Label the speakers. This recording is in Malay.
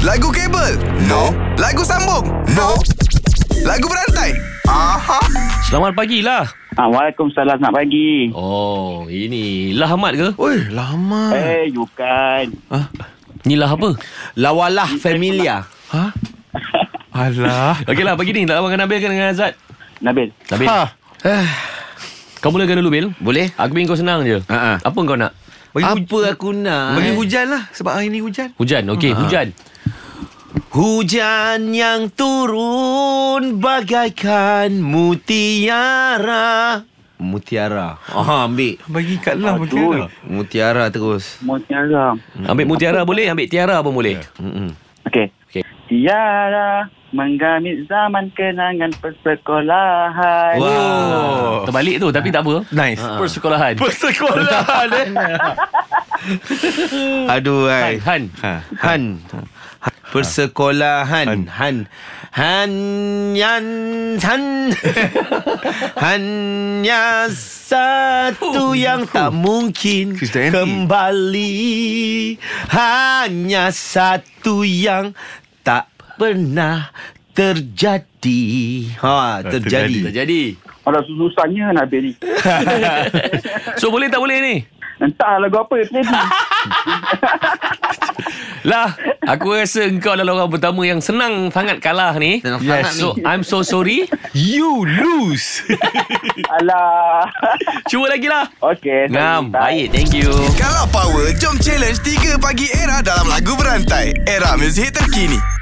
Speaker 1: Lagu kabel? No. Lagu sambung? No. Lagu berantai? Aha.
Speaker 2: Selamat pagi lah.
Speaker 3: Ah, Waalaikumsalam nak pagi.
Speaker 2: Oh, ini lah Ahmad ke?
Speaker 4: Oi, lama.
Speaker 2: Ah.
Speaker 3: Eh, bukan.
Speaker 2: Ni lah apa?
Speaker 5: Lawalah familia.
Speaker 4: Ha? Alah.
Speaker 2: Okey lah, pagi ni tak lama dengan Nabil kan dengan Azad.
Speaker 3: Nabil.
Speaker 2: Nabil, ha.
Speaker 4: Ha.
Speaker 2: kau mulakan dulu, Bil.
Speaker 5: Boleh?
Speaker 2: Aku ingin kau senang je.
Speaker 5: Ha, ha.
Speaker 2: Apa kau nak?
Speaker 5: Apa aku nak?
Speaker 4: Bagi hujan lah sebab hari ni hujan.
Speaker 2: Hujan, okey, ha. hujan.
Speaker 5: Hujan yang turun bagaikan mutiara. Mutiara. Ah, ambil.
Speaker 4: Bagi kat lah bagi
Speaker 3: Aduh.
Speaker 4: lah.
Speaker 5: Mutiara terus.
Speaker 3: Mutiara.
Speaker 2: Ambil mutiara boleh, ambil tiara pun boleh.
Speaker 5: Mm-mm.
Speaker 3: Okey.
Speaker 2: Okey.
Speaker 3: Tiara menggamit zaman kenangan persekolahan.
Speaker 5: Wow.
Speaker 2: Terbalik tu tapi tak apa.
Speaker 4: Nice.
Speaker 2: Ha. Persekolahan.
Speaker 5: Persekolahan eh. Aduh
Speaker 2: Han,
Speaker 5: ai.
Speaker 2: Han.
Speaker 4: Ha.
Speaker 5: Han. Persekolahan. Han. Han yan han. Hanya satu yang tak mungkin
Speaker 4: Kristen Andy.
Speaker 5: kembali. Hanya satu yang tak pernah terjadi. Ha,
Speaker 4: terjadi.
Speaker 5: terjadi.
Speaker 2: Terjadi.
Speaker 3: Ada susahnya Nabil ni.
Speaker 2: So boleh tak boleh ni?
Speaker 3: Entah lagu apa tadi.
Speaker 2: Lah, aku rasa engkau adalah orang pertama yang senang sangat kalah ni.
Speaker 5: Senang sangat
Speaker 2: so,
Speaker 5: ni.
Speaker 2: I'm so sorry.
Speaker 4: You lose.
Speaker 3: Alah.
Speaker 2: Cuba lagi lah.
Speaker 3: Okey.
Speaker 2: Ngam.
Speaker 3: saya minta.
Speaker 2: Baik, thank you.
Speaker 1: Kalau power, jom challenge 3 pagi era dalam lagu berantai. Era muzik terkini.